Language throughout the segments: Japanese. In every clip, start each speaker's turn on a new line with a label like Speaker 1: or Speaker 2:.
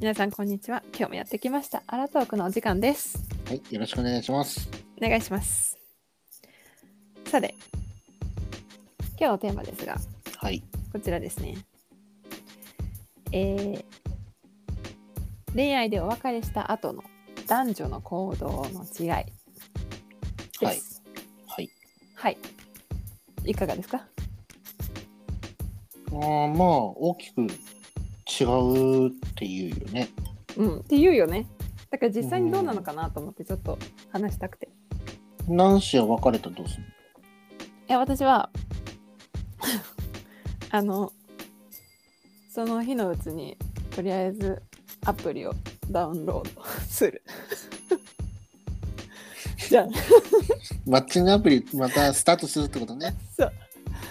Speaker 1: 皆さんこんにちは今日もやってきましたアラトークのお時間です
Speaker 2: はい、よろしくお願いします。
Speaker 1: お願いしますさて今日のテーマですが
Speaker 2: はい、
Speaker 1: こちらですねえー恋愛でお別れした後の男女の行動の違いで
Speaker 2: はい、
Speaker 1: す
Speaker 2: はい。
Speaker 1: はい、い、かがですか
Speaker 2: あーまあ、大きく違うっていうよね。
Speaker 1: うんって言うよねだから実際にどうなのかなと思ってちょっと話したくて
Speaker 2: 男子は別れたらどうする
Speaker 1: いや私は あのその日のうちにとりあえずアプリをダウンロードする じゃあ
Speaker 2: マッチングアプリまたスタートするってことね。
Speaker 1: そう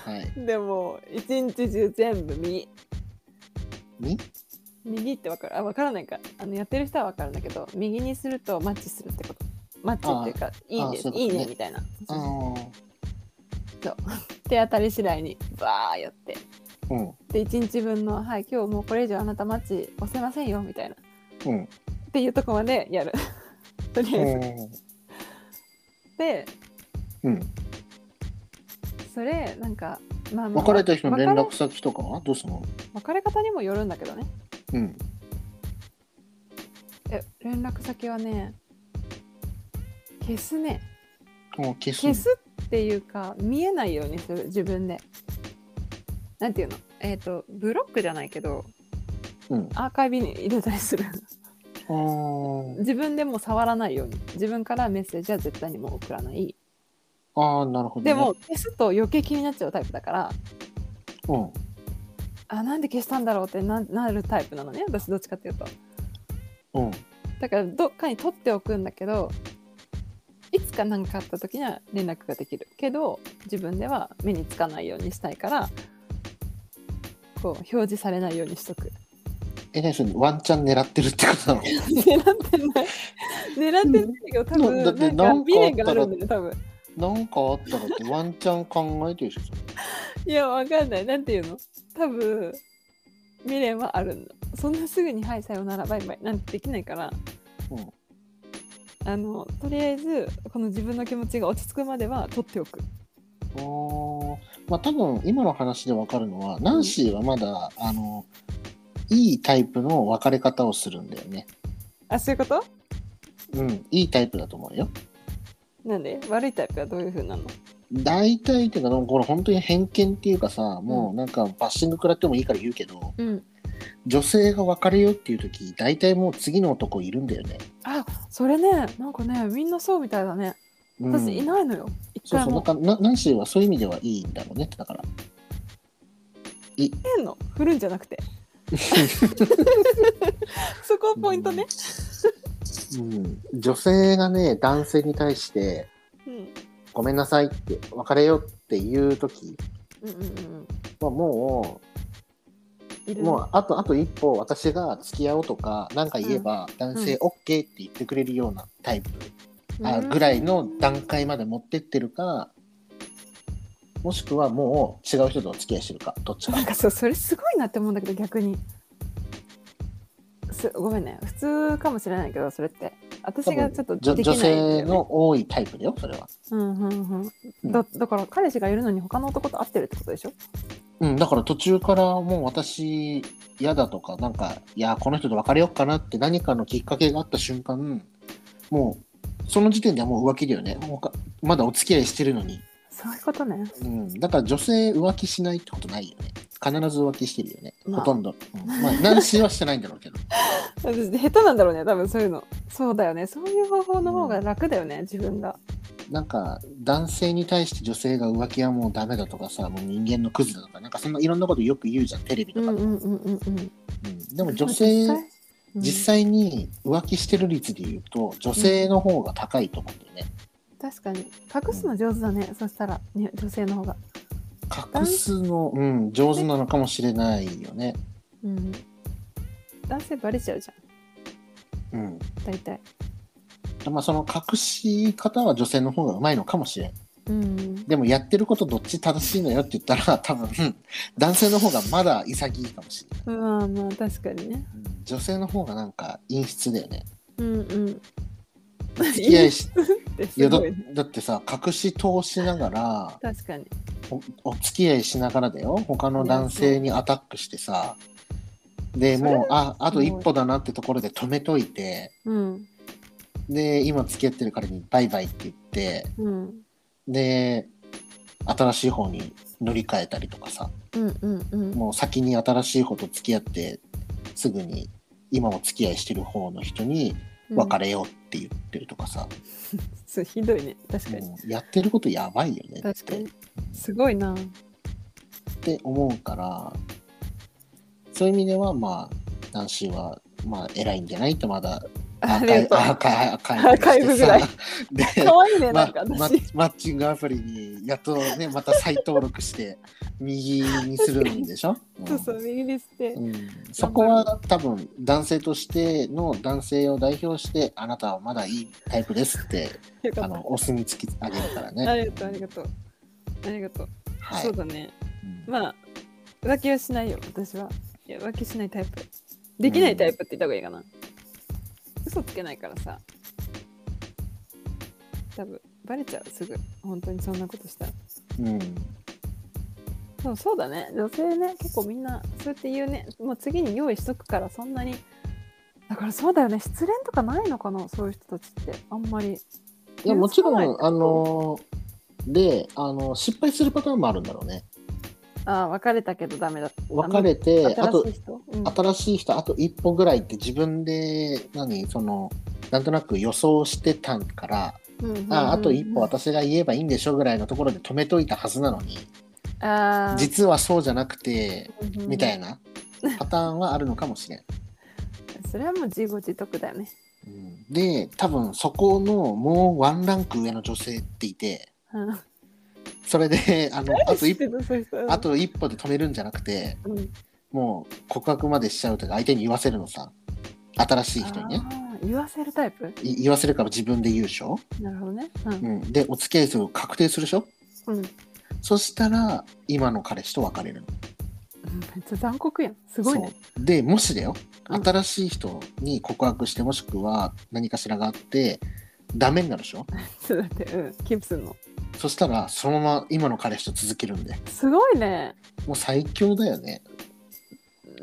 Speaker 2: はい。
Speaker 1: でも一日中全部右
Speaker 2: に
Speaker 1: 右ってわかるあわからないかあのやってる人はわかるんだけど右にするとマッチするってことマッチっていうかいい
Speaker 2: あ
Speaker 1: ね
Speaker 2: ーそういうことね
Speaker 1: いいねみたいな
Speaker 2: ああ、
Speaker 1: 手当たり次第にバーやって
Speaker 2: うん、
Speaker 1: で一日分の「はい今日もうこれ以上あなたマッチ押せませんよ」みたいな。
Speaker 2: うん、
Speaker 1: っていうとこまでやる とりあえず、で
Speaker 2: うん。
Speaker 1: それなんかまあまあ
Speaker 2: 別れた人の連絡
Speaker 1: 別
Speaker 2: 先とかはどうするの
Speaker 1: れ別れ方にもよるんだけどね
Speaker 2: うん。
Speaker 1: え連絡先はね消すね
Speaker 2: あー消す
Speaker 1: 消すっていうか見えないようにする自分でなんていうのえっ、とブロックじゃないけど
Speaker 2: うん。
Speaker 1: アーカイブに入れたりする
Speaker 2: あー
Speaker 1: 自分でも触らないように自分からメッセージは絶対にもう送らない
Speaker 2: あー、なるほど、ね。
Speaker 1: でも、消すと余計気になっちゃうタイプだから
Speaker 2: うん。
Speaker 1: あなんで消したんだろうってななるタイプなのね私どっちかっていうと
Speaker 2: うん。
Speaker 1: だからどっかに取っておくんだけどいつか何かあった時には連絡ができるけど自分では目につかないようにしたいからこう表示されないようにしとく
Speaker 2: え、何それワンチャン狙ってるってことなの
Speaker 1: 狙って ない狙ってないけど多
Speaker 2: だって
Speaker 1: 分なんか未練
Speaker 2: なんかあ
Speaker 1: がある
Speaker 2: ったら
Speaker 1: んだよ多分
Speaker 2: なんかあったらってワンチャン考えてるでしょそれ
Speaker 1: いやわかんないなんていうの多分未練はあるんだそんなすぐに「はいさようならバイバイ」なんてできないから
Speaker 2: うん。
Speaker 1: あのとりあえずこの自分の気持ちが落ち着くまでは取っておく
Speaker 2: あーまあ多分今の話でわかるのは、ナンシーはまだあのいいタイプの別れ方をするんだよね。
Speaker 1: あそういうこと
Speaker 2: うん、いいタイプだと思うよ。
Speaker 1: なんで悪いタイプはどういう風なの
Speaker 2: 大体っていうかでもこれ本当に偏見っていうかさもうなんかバッシング食らってもいいから言うけど、
Speaker 1: うん
Speaker 2: 女性が別れようっていう時大体もう次の男いるんだよね。
Speaker 1: あそれねなんかねみんなそうみたいだね
Speaker 2: うん、
Speaker 1: 私いないのよ、一
Speaker 2: そう
Speaker 1: 回
Speaker 2: そうなん
Speaker 1: も
Speaker 2: かナナンシーはそういう意味ではいいんだろうねだから。い
Speaker 1: 変の振るんじゃなく てそこポイントね、
Speaker 2: うん、女性がね男性に対して
Speaker 1: うん、
Speaker 2: ごめんなさいって別れようっていう時
Speaker 1: うんうんうん
Speaker 2: はも、
Speaker 1: いうる
Speaker 2: もうあとあと一歩私が付き合おうとか何か言えば男性 OK って言ってくれるようなタイプ、あぐらいの段階まで持ってってるかもしくはもう違う人とお付き合いしてるかどっちか
Speaker 1: なんかそうそれすごいなって思うんだけど逆にすごめんね普通かもしれないけどそれって私がちょっと
Speaker 2: 女
Speaker 1: でき
Speaker 2: 女
Speaker 1: ないんだよね
Speaker 2: 性の多いタイプだよそれは、
Speaker 1: うんうんう、
Speaker 2: うんん
Speaker 1: だだから彼氏がいるのに他の男と会ってるってことでしょ
Speaker 2: うん、だから途中からもう私嫌だとかなんかいやこの人と別れようかなって何かのきっかけがあった瞬間もうその時点ではもう浮気だよねもうかまだお付き合いしてるのに、
Speaker 1: そういうことね
Speaker 2: うん、だから女性浮気しないってことないよね必ず浮気してるよね、
Speaker 1: まあ
Speaker 2: ほとんど、うん、まあ男子はしてないんだろうけど
Speaker 1: 私下手なんだろうね多分そういうのそうだよねそういう方法の方が楽だよね、自分が
Speaker 2: なんか男性に対して女性が浮気はもうダメだとかさもう人間のクズだとかなんかそんないろんなことよく言うじゃんテレビ
Speaker 1: う
Speaker 2: と
Speaker 1: ん
Speaker 2: か
Speaker 1: う
Speaker 2: で、
Speaker 1: んうんうんうん
Speaker 2: うんでも女
Speaker 1: 実際
Speaker 2: 性
Speaker 1: うん
Speaker 2: 実際に浮気してる率で言うと女性の方が高いと思うんだよね、
Speaker 1: 確かに隠すの上手だね、そしたら、ね、女性の方が
Speaker 2: 隠すの、うん、上手なのかもしれないよね、
Speaker 1: うん男性バレちゃうじゃ
Speaker 2: うん、
Speaker 1: ん大体
Speaker 2: まあその隠し方は女性の方がうまいのかもしれん
Speaker 1: うん
Speaker 2: でもやってることどっち正しいのよって言ったら 多分男性の方がまだ潔いかもしれない、
Speaker 1: まあまあ確かにね
Speaker 2: うん女性の方がなんか陰湿だよね
Speaker 1: うんうん
Speaker 2: 付き合いし
Speaker 1: って
Speaker 2: い
Speaker 1: す
Speaker 2: やだ
Speaker 1: ごいね
Speaker 2: だってさ隠し通しながら
Speaker 1: 確かに
Speaker 2: おお付き合いしながらだよ他の男性にアタックしてさでもうああと一歩だなってところで止めといて
Speaker 1: うん
Speaker 2: で今付き合ってる彼にバイバイって言って
Speaker 1: うん
Speaker 2: で新しい方に乗り換えたりとかさ
Speaker 1: うんうんうん
Speaker 2: もう先に新しい方と付き合ってすぐに今も付き合いしてる方の人に別れようって言ってるとかさ、
Speaker 1: そうひどいね確かに
Speaker 2: もうやってることやばいよねっ
Speaker 1: 確か
Speaker 2: て
Speaker 1: にすごいな
Speaker 2: って思うからそういう意味ではまあ男子はまあ偉いんじゃないってまだ
Speaker 1: ありが とう
Speaker 2: アーカイアーカイ
Speaker 1: アーカイブぐらい
Speaker 2: ブしてさ
Speaker 1: 可愛いね
Speaker 2: で、
Speaker 1: な
Speaker 2: ま
Speaker 1: んか私、
Speaker 2: マッマッチングアプリにやっとねまた再登録して右にするんでしょ、う ん
Speaker 1: そうそう右にして
Speaker 2: うんそこは多分男性としての男性を代表してあなたはまだいいタイプですって
Speaker 1: よか
Speaker 2: あ
Speaker 1: っ
Speaker 2: のお墨付きあげるからね。
Speaker 1: たありがとうありがとうありがとう、
Speaker 2: はい
Speaker 1: そうだね
Speaker 2: うん
Speaker 1: まあ浮気はしないよ私はいや浮気しないタイプできないタイプって言った方がいいかな、嘘つけないからさ多分バレちゃうすぐ本当にそんなことしたら
Speaker 2: うん
Speaker 1: でもそうだね女性ね結構みんなそうやって言うねもう次に用意しとくからそんなにだからそうだよね失恋とかないのかなそういう人たちってあんまり
Speaker 2: いやもちろ
Speaker 1: 気がつ
Speaker 2: ん
Speaker 1: か
Speaker 2: あ
Speaker 1: ない
Speaker 2: のであの失敗するパターンもあるんだろうね
Speaker 1: ああ別れたけどダメだった
Speaker 2: 別れて
Speaker 1: 新
Speaker 2: あと
Speaker 1: しい人うん
Speaker 2: 新しい人あと一歩ぐらいって自分で何そのなんとなく予想してたから、
Speaker 1: うんうん
Speaker 2: ああと一歩
Speaker 1: あ
Speaker 2: 私が言えばいいんでしょぐらいのところで止めといたはずなのに
Speaker 1: あ
Speaker 2: 実はそうじゃなくてみたい
Speaker 1: な
Speaker 2: なパターンはあるのかもしれん。
Speaker 1: それはもう自業自得だよね
Speaker 2: うんで多分そこのもうワンランク上の女性っていて
Speaker 1: うん
Speaker 2: それであのあと
Speaker 1: 知っ
Speaker 2: 一
Speaker 1: て
Speaker 2: 歩
Speaker 1: るそういう人
Speaker 2: あと一歩で止めるんじゃなくて
Speaker 1: うん
Speaker 2: もう告白までしちゃうとか相手に言わせるのさ新しい人にね
Speaker 1: あー言わせるタイプ
Speaker 2: い言わせるから自分で言うでしょ、
Speaker 1: なるほどねう
Speaker 2: うんん、でお付き合いする確定するでしょ
Speaker 1: うん、うん、
Speaker 2: そしたら今の彼氏と別れるの
Speaker 1: めっちゃ残酷やんすごいね
Speaker 2: そうでもしだよ
Speaker 1: うん
Speaker 2: 新しい人に告白してもしくは何かしらがあってダメになるでしょ
Speaker 1: ちょっと待ってうんキープするの
Speaker 2: そしたらそのまま今の彼氏と続けるんです
Speaker 1: ごいね
Speaker 2: もう最強だよね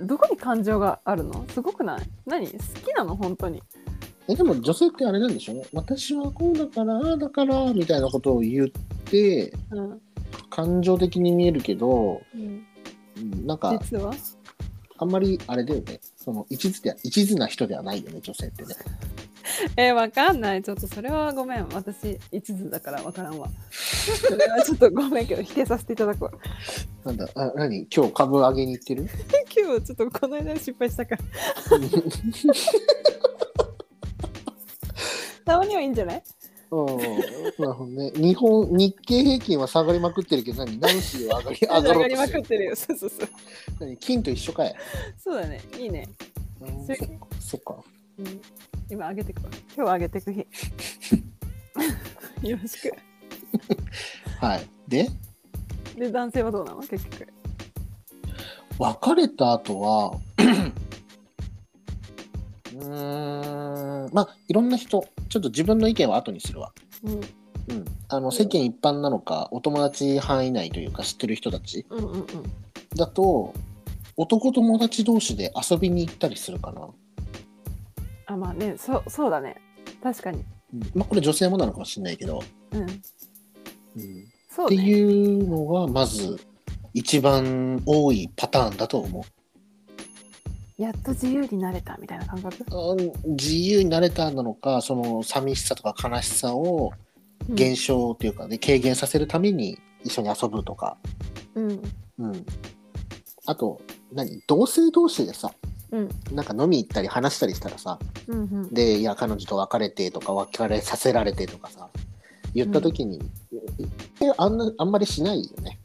Speaker 1: どこに感情があるのすごくない何好きなの本当に
Speaker 2: えでも女性ってあれなんでしょ私はこうだからああだからみたいなことを言って
Speaker 1: うん、
Speaker 2: 感情的に見えるけど、うんなんか
Speaker 1: 実は
Speaker 2: あんまりあれだよねその一途で一途な人ではないよね女性ってね
Speaker 1: えー、わかんないちょっとそれはごめん私一途だからわからんわそれはちょっとごめんけど否定させていただくわ
Speaker 2: なんだあ何今日株上げに 行ってる
Speaker 1: 今日ちょっとこの間失敗したからたまにはいいんじゃない
Speaker 2: うんなるほどね日本日経平均は下がりまくってるけど何ナンシーは上がり上がろ
Speaker 1: 上
Speaker 2: う
Speaker 1: が
Speaker 2: と
Speaker 1: り
Speaker 2: し
Speaker 1: ま
Speaker 2: て
Speaker 1: く
Speaker 2: る
Speaker 1: ってるよそうそうそう
Speaker 2: 何金と一緒かい、
Speaker 1: そうだねいいね、
Speaker 2: うん
Speaker 1: そ
Speaker 2: そ
Speaker 1: れ
Speaker 2: そっか
Speaker 1: うん、今上げてくわ今日上げてく日 よろしく
Speaker 2: はいで
Speaker 1: で男性はどうなの結局
Speaker 2: 別れた後は うーんまあいろんな人ちょっと自分の意見は後にするわ、
Speaker 1: うん
Speaker 2: うん、あの世間一般なのかお友達範囲内というか知ってる人たち
Speaker 1: うんうんうん
Speaker 2: だと男友達同士で遊びに行ったりするかな、
Speaker 1: あまあねそうそうだね確かに
Speaker 2: うんまあこれ女性もなのかもしれないけど、
Speaker 1: うん
Speaker 2: うん
Speaker 1: そ
Speaker 2: っ
Speaker 1: う
Speaker 2: て
Speaker 1: ね
Speaker 2: いうのがまず一番多いパターンだと思う
Speaker 1: やっと自由になれたみたいな感覚
Speaker 2: あの自由になれたなのかその寂しさとか悲しさを
Speaker 1: うん
Speaker 2: 減少というかね軽減させるために一緒に遊ぶとか、
Speaker 1: うん
Speaker 2: うん、あと何同性同士でさ
Speaker 1: うん
Speaker 2: なんか飲み行ったり話したりしたらさ
Speaker 1: うんうん
Speaker 2: でいや彼女と別れてとか別れさせられてとかさ言った時に、えあんなあんまりしないよね。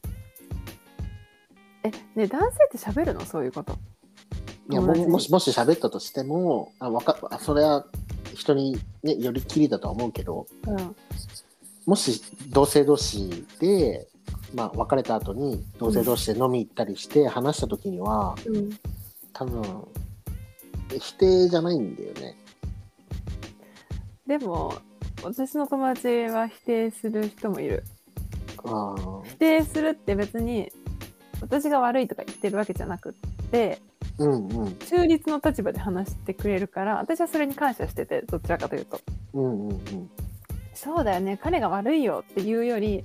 Speaker 1: えね男性って喋るのそういうこと
Speaker 2: いや
Speaker 1: 友
Speaker 2: も
Speaker 1: 達に
Speaker 2: もしもし喋ったとしてもあわかあそれは人に、ね、よりきりだとは思うけど
Speaker 1: うん
Speaker 2: もし同性同士で、まあ、別れた後に同性同士で飲み行ったりして話した時には、
Speaker 1: うん、
Speaker 2: 多分否定じゃないんだよね
Speaker 1: でも私の友達は否定する人もいる
Speaker 2: あー
Speaker 1: 否定するって別に私が悪いとか言ってるわけじゃなくって
Speaker 2: うんうん
Speaker 1: 中立の立場で話してくれるから私はそれに感謝しててどちらかというと
Speaker 2: うんうんうん
Speaker 1: そうだよね彼が悪いよっていうより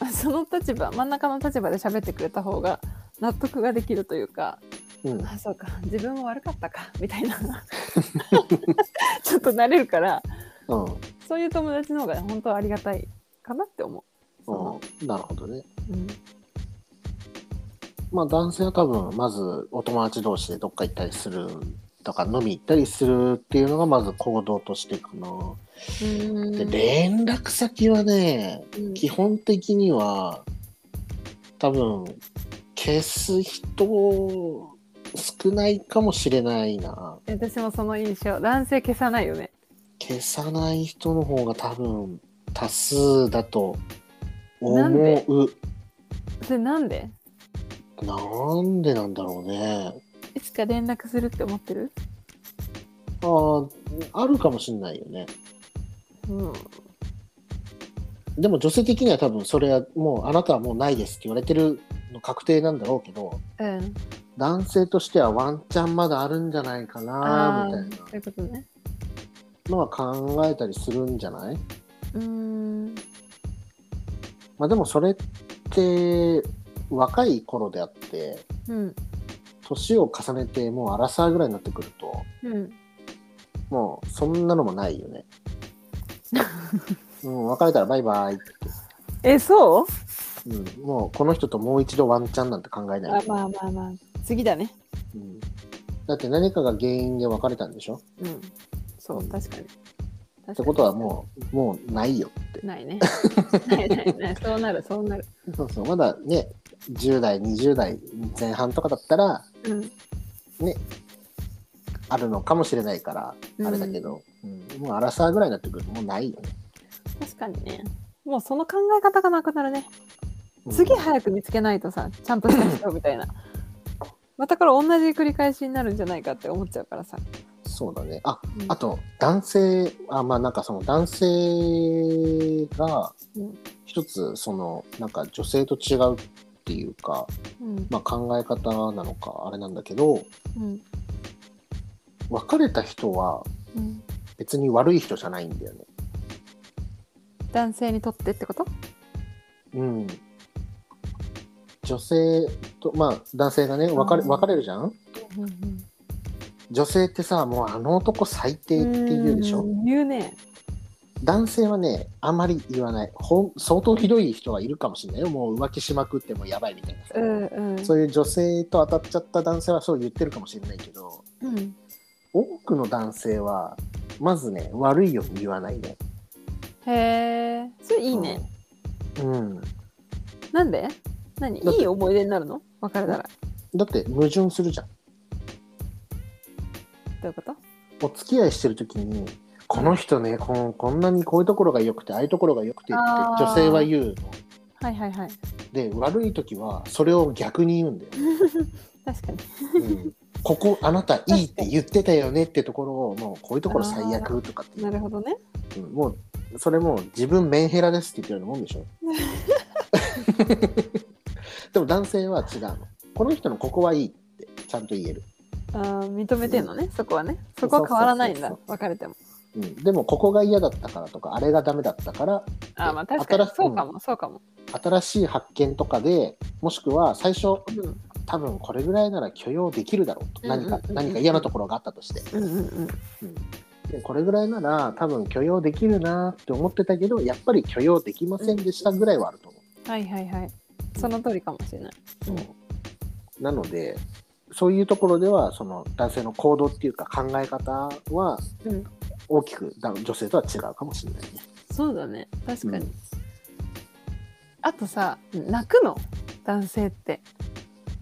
Speaker 1: あその立場真ん中の立場で喋ってくれた方が納得ができるというか
Speaker 2: うん
Speaker 1: あそうか自分も悪かったかみたいな ちょっと慣れるから
Speaker 2: うん
Speaker 1: そういう友達の方が本当はありがたいかなって思う。その
Speaker 2: うんなるほどね
Speaker 1: うん
Speaker 2: まあ男性は多分まずお友達同士でどっか行ったりするとか飲み行ったりするっていうのがまず行動としてかな、で連絡先はね
Speaker 1: うん
Speaker 2: 基本的には多分消す人少ないかもしれないな
Speaker 1: 私もその印象男性消さないよね
Speaker 2: 消さない人の方が多分多数だと思う
Speaker 1: な
Speaker 2: なん
Speaker 1: で
Speaker 2: ん
Speaker 1: それなんで
Speaker 2: でなんだろうね
Speaker 1: いつか連絡するって思ってる
Speaker 2: あーあるかもしれないよね
Speaker 1: うん
Speaker 2: でも女性的には多分それはもうあなたはもうないですって言われてるの確定なんだろうけど
Speaker 1: うん
Speaker 2: 男性としてはワンチャンまだあるんじゃないかなみたい
Speaker 1: ー
Speaker 2: な
Speaker 1: そういうことね
Speaker 2: のは考えたりするんじゃないう
Speaker 1: ーん
Speaker 2: まあでもそれって若い頃であって
Speaker 1: うん
Speaker 2: 年を重ねてもうアラサーぐらいになってくると
Speaker 1: うん
Speaker 2: もうそんなのもないよね。うん、別れたらバイバイって、
Speaker 1: えそう
Speaker 2: うん、もうこの人ともう一度ワンチャンなんて考えな
Speaker 1: あ
Speaker 2: い、
Speaker 1: まあまあまあ次だね
Speaker 2: うん、だって何かが原因で別れたんでしょ
Speaker 1: うんそう確かにっ
Speaker 2: ってことはもうもうないよって
Speaker 1: ない ねないないないそうなるそうなる
Speaker 2: そうそうまだね10代20代前半とかだったら
Speaker 1: うん
Speaker 2: あるのかもしれないからあれだけど、うんもうアラサーぐらいになってくるともうないよね、
Speaker 1: 確かにねもうその考え方がなくなるね
Speaker 2: うん
Speaker 1: 次早く見つけないとさちゃんとした人みたい なまたこれ同じ繰り返しになるんじゃないかって思っちゃうからさ、
Speaker 2: そうだねあ
Speaker 1: うん
Speaker 2: あと男性あまあなんかその男性が
Speaker 1: うん
Speaker 2: 一つそのなんか女性と違うっていうか、
Speaker 1: うん
Speaker 2: まあ、考え方なのかあれなんだけど
Speaker 1: うん
Speaker 2: 別れた人は
Speaker 1: うん、
Speaker 2: 別に悪い人じゃないんだよね。
Speaker 1: 男性にとってってこと
Speaker 2: うん、女性とまあ男性がね別れ
Speaker 1: うん
Speaker 2: 別れるじゃん女性ってさもうあの男最低って言うでしょ
Speaker 1: ん言うね
Speaker 2: 男性はねあんまり言わないほん相当ひどい人はいるかもしれないよもう浮気しまくってもやばいみたいなさ、
Speaker 1: うんうん
Speaker 2: そういう女性と当たっちゃった男性はそう言ってるかもしれないけど
Speaker 1: うん
Speaker 2: 多くの男性はまずね悪いように言わないね
Speaker 1: へえそれいいね、
Speaker 2: うん、うん
Speaker 1: なんで何
Speaker 2: だって
Speaker 1: いい思い出になるの別れたらど
Speaker 2: だって矛盾するじゃん
Speaker 1: ういうこと
Speaker 2: お付き合いしてる時にこの人ねこんこんなにこういうところが良くてああいうところが良くてって
Speaker 1: あー
Speaker 2: 女性は言うの
Speaker 1: はいはいはい
Speaker 2: で悪い時はそれを逆に言うんだよ、
Speaker 1: 確かに
Speaker 2: うん、ここあなたいいって言ってたよねってところをもうこういうところ最悪とかって言
Speaker 1: な
Speaker 2: う
Speaker 1: るほどね
Speaker 2: うんもうそれもう自分メンヘラですって言ってるようなもんでしょ でも男性は違うのこの人のここはいいってちゃんと言える、
Speaker 1: あー認めてんのねそこはねそこは変わらないん
Speaker 2: そ
Speaker 1: だ
Speaker 2: うそう
Speaker 1: 別れても
Speaker 2: うん、でもここが嫌だったからとかあれがダメだったから
Speaker 1: あーまあ確かに
Speaker 2: 新しい
Speaker 1: そうかもそうかも、
Speaker 2: 新しい発見とかでもしくは最初
Speaker 1: うん、
Speaker 2: 多分これぐらいなら許容できるだろうと
Speaker 1: うんうんうん
Speaker 2: 何か何か嫌なところがあったとして
Speaker 1: うんうんうん
Speaker 2: でこれぐらいなら多分許容できるなって思ってたけどやっぱり許容できませんでしたぐらいはあると思
Speaker 1: はいはいはいその通りかもしれない、
Speaker 2: う、そうなのでそういうところではその男性の行動っていうか考え方は
Speaker 1: うん、
Speaker 2: 大きくだ女性とは違うかもしれないね
Speaker 1: そうだね確かに、
Speaker 2: うん
Speaker 1: あとさ泣くの男性って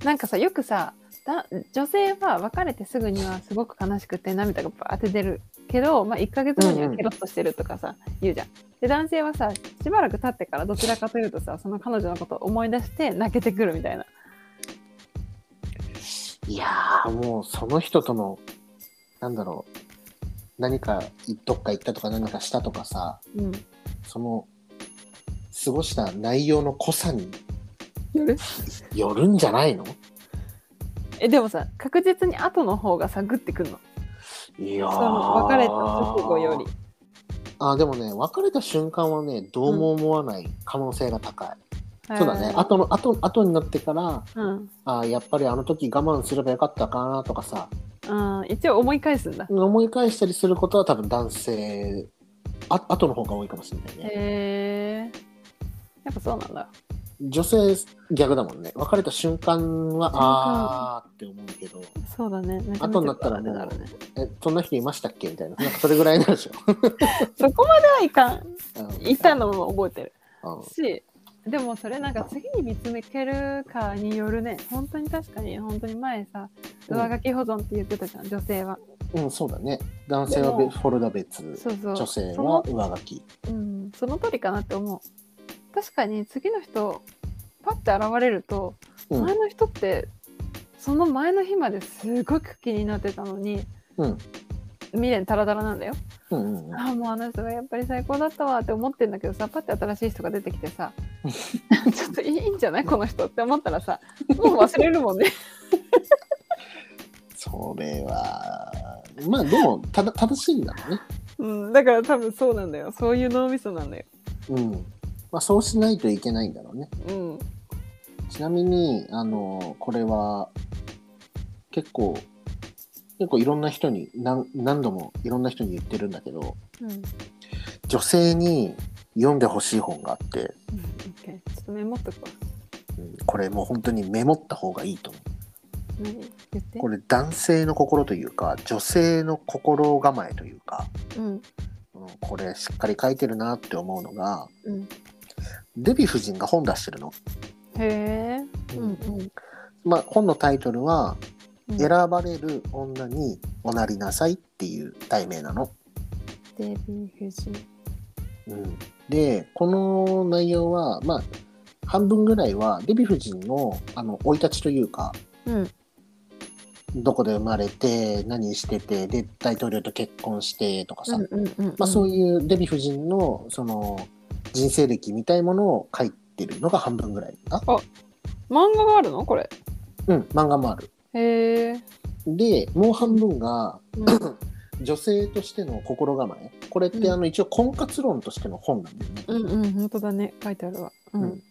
Speaker 1: なんかさよくさだ女性は別れてすぐにはすごく悲しくて涙がバーって出るけど、まあ、1ヶ月後に
Speaker 2: うん
Speaker 1: は
Speaker 2: うん
Speaker 1: ケロッとしてるとかさ、言うじゃん。で男性はさしばらく経ってからどちらかというとさその彼女のことを思い出して泣けてくるみたいな。
Speaker 2: いやーもうその人とのなんだろう何かいどっか行ったとか何かしたとかさ
Speaker 1: うん、
Speaker 2: その過ごした内容の濃さに
Speaker 1: 夜
Speaker 2: よるんじゃないの
Speaker 1: えでもさ確実に後の方がさグってくるの
Speaker 2: いやー
Speaker 1: その別れた直後より。
Speaker 2: あでもね別れた瞬間はねどうも思わない可能性が高い、そうだね
Speaker 1: あ
Speaker 2: 後の後後になってから
Speaker 1: うん、
Speaker 2: あーやっぱりあの時我慢すればよかったかなとかさ
Speaker 1: うん、一応思い返すんだ。
Speaker 2: 思い返したりすることは多分男性あ後の方が多いかもしれないね、
Speaker 1: へえやっぱそうなんだ。
Speaker 2: 女性逆だもんね別れた瞬間は
Speaker 1: 間
Speaker 2: ああーって思うけど
Speaker 1: そうだね。なんか
Speaker 2: 後になったらも
Speaker 1: 見てる
Speaker 2: う
Speaker 1: とあれだね
Speaker 2: えそんな人いましたっけみたいななんかそれぐらいなんでしょ
Speaker 1: そこまではいかん。
Speaker 2: うん
Speaker 1: いたのも覚えてる。
Speaker 2: うん
Speaker 1: しでもそれなんか次に見つめけるかによるね本当に確かに本当に前さ上書き保存って言ってたじゃん、女性は
Speaker 2: うん、そうだね男性は
Speaker 1: で
Speaker 2: べ
Speaker 1: も
Speaker 2: フォルダ別
Speaker 1: そうそう
Speaker 2: 女性
Speaker 1: その,、
Speaker 2: は上書き
Speaker 1: うん、その通りかなって思う確かに次の人パッて現れると、
Speaker 2: うん
Speaker 1: 前の人ってその前の日まですごく気になってたのに
Speaker 2: うん
Speaker 1: 未練タラタラなんだよ
Speaker 2: うんうんうん
Speaker 1: ああもうあの人がやっぱり最高だったわって思ってんだけどさパッて新しい人が出てきてさ ちょっといいんじゃないこの人って思ったらさもう忘れるもんね
Speaker 2: それはまあでもただ正しいんだろうね
Speaker 1: うんだから多分そうなんだよそういう脳みそなんだよ
Speaker 2: うんまあそうしないといけないんだろうね
Speaker 1: うん
Speaker 2: ちなみにあのこれは結構結構いろんな人に何何度もいろんな人に言ってるんだけど
Speaker 1: うん、うん、
Speaker 2: 女性に読んでほしい本があって、
Speaker 1: OK ちょっとメモっとくわ
Speaker 2: うんこれもう本当にメモった方がいいと思
Speaker 1: 何言って
Speaker 2: うこれ男性の心というか女性の心構えというか、
Speaker 1: うん
Speaker 2: うんこれしっかり書いてるなって思うのが
Speaker 1: うん
Speaker 2: デヴィ夫人が本出してるの、
Speaker 1: へえうんうん
Speaker 2: まあ、本のタイトルは
Speaker 1: う
Speaker 2: 「
Speaker 1: ん
Speaker 2: 選ばれる女におなりなさい」っていう題名なの。
Speaker 1: デヴィ夫人
Speaker 2: うん、でこの内容はまあ半分ぐらいはデヴィ夫人のあの生い立ちというか
Speaker 1: うん
Speaker 2: どこで生まれて何しててで大統領と結婚してとかさ、
Speaker 1: うんうんうん
Speaker 2: まあ、そう
Speaker 1: い
Speaker 2: いうデヴィ夫人のその人生歴みたいものを書いてるのが半分ぐらいかな。
Speaker 1: うん漫画があるのこれ
Speaker 2: うん、漫画もある。
Speaker 1: へえ、
Speaker 2: でもう半分が
Speaker 1: うん、
Speaker 2: 女性としての心構えこれっ
Speaker 1: う
Speaker 2: て
Speaker 1: ん
Speaker 2: あの一応婚活論としての本なんだよね。
Speaker 1: うんうん本当だね書いてあるわう
Speaker 2: うん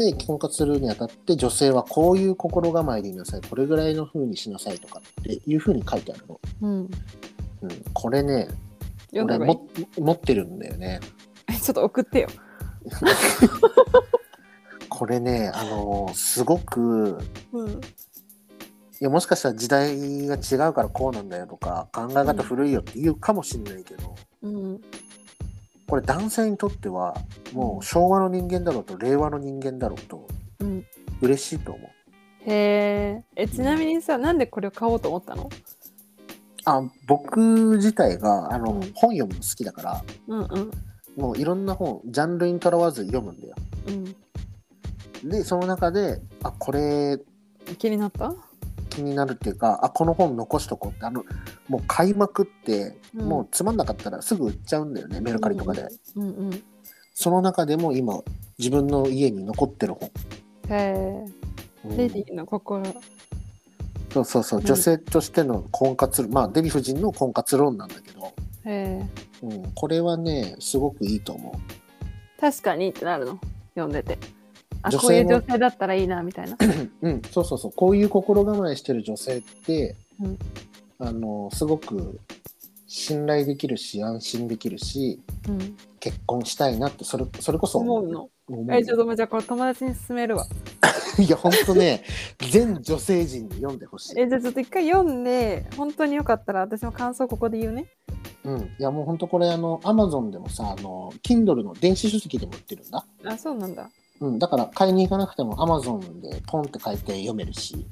Speaker 2: で婚活するにあたって女性はこういう心構えでいなさいこれぐらいの風にしなさいとかっていう風に書いてあるの、
Speaker 1: うん
Speaker 2: うん、これね
Speaker 1: 読んだ
Speaker 2: 俺
Speaker 1: 方がいい
Speaker 2: も持ってるんだよね
Speaker 1: え ちょっと送ってよ。
Speaker 2: これねあのすごく
Speaker 1: うん。
Speaker 2: いやもしかしたら時代が違うからこうなんだよとか考え方古いよって言うかもしれないけど、
Speaker 1: うん。
Speaker 2: これ男性にとってはもう昭和の人間だろうと令和の人間だろうと
Speaker 1: うん。
Speaker 2: 嬉しいと思う
Speaker 1: へえ。え、ちなみにさ、なんでこれを買おうと思ったの
Speaker 2: あ僕自体があの、
Speaker 1: うん
Speaker 2: 本読むの好きだから
Speaker 1: うんうん。
Speaker 2: もういろんな本ジャンルにとらわず読むんだよ
Speaker 1: うん。
Speaker 2: でその中であこれ
Speaker 1: 気になった
Speaker 2: 気になるっていうかあこの本残しとこうってあのもう買いまくって、
Speaker 1: うん
Speaker 2: もうつまんなかったらすぐ売っちゃうんだよねメルカリとかで、
Speaker 1: うんうん。
Speaker 2: その中でも今自分の家に残ってる本、
Speaker 1: へ
Speaker 2: うん
Speaker 1: え。レディーの心。
Speaker 2: そうそうそう
Speaker 1: うん
Speaker 2: 女性としての婚活まあデヴィ夫人の婚活論なんだけど、
Speaker 1: へえ。
Speaker 2: うん、これはねすごくいいと思う
Speaker 1: 確かにってなるの。読んでて。あ、
Speaker 2: 女
Speaker 1: こうい
Speaker 2: 性
Speaker 1: う
Speaker 2: の
Speaker 1: 女性だったらいいなみたいな。
Speaker 2: うん、そうそうそうこういう心構えしてる女性って、
Speaker 1: うん
Speaker 2: あのすごく信頼できるし安心できるし
Speaker 1: うん。
Speaker 2: 結婚したいなってそれそれこそ
Speaker 1: 思うの。
Speaker 2: 思う
Speaker 1: え、ちょっともうじゃあこれ友達に勧めるわ。
Speaker 2: いやほんとね全女性陣に読んでほしい
Speaker 1: え、、じゃあちょっと一回読んで、本当によかったら私も感想ここで言うね。
Speaker 2: うん、いやもうほんとこれあのアマゾンでもさあの Kindle の電子書籍でも売ってるんだ、
Speaker 1: あ、そうなんだ。
Speaker 2: うん、だから買いに行かなくてもアマゾンでポンって書いて読めるし、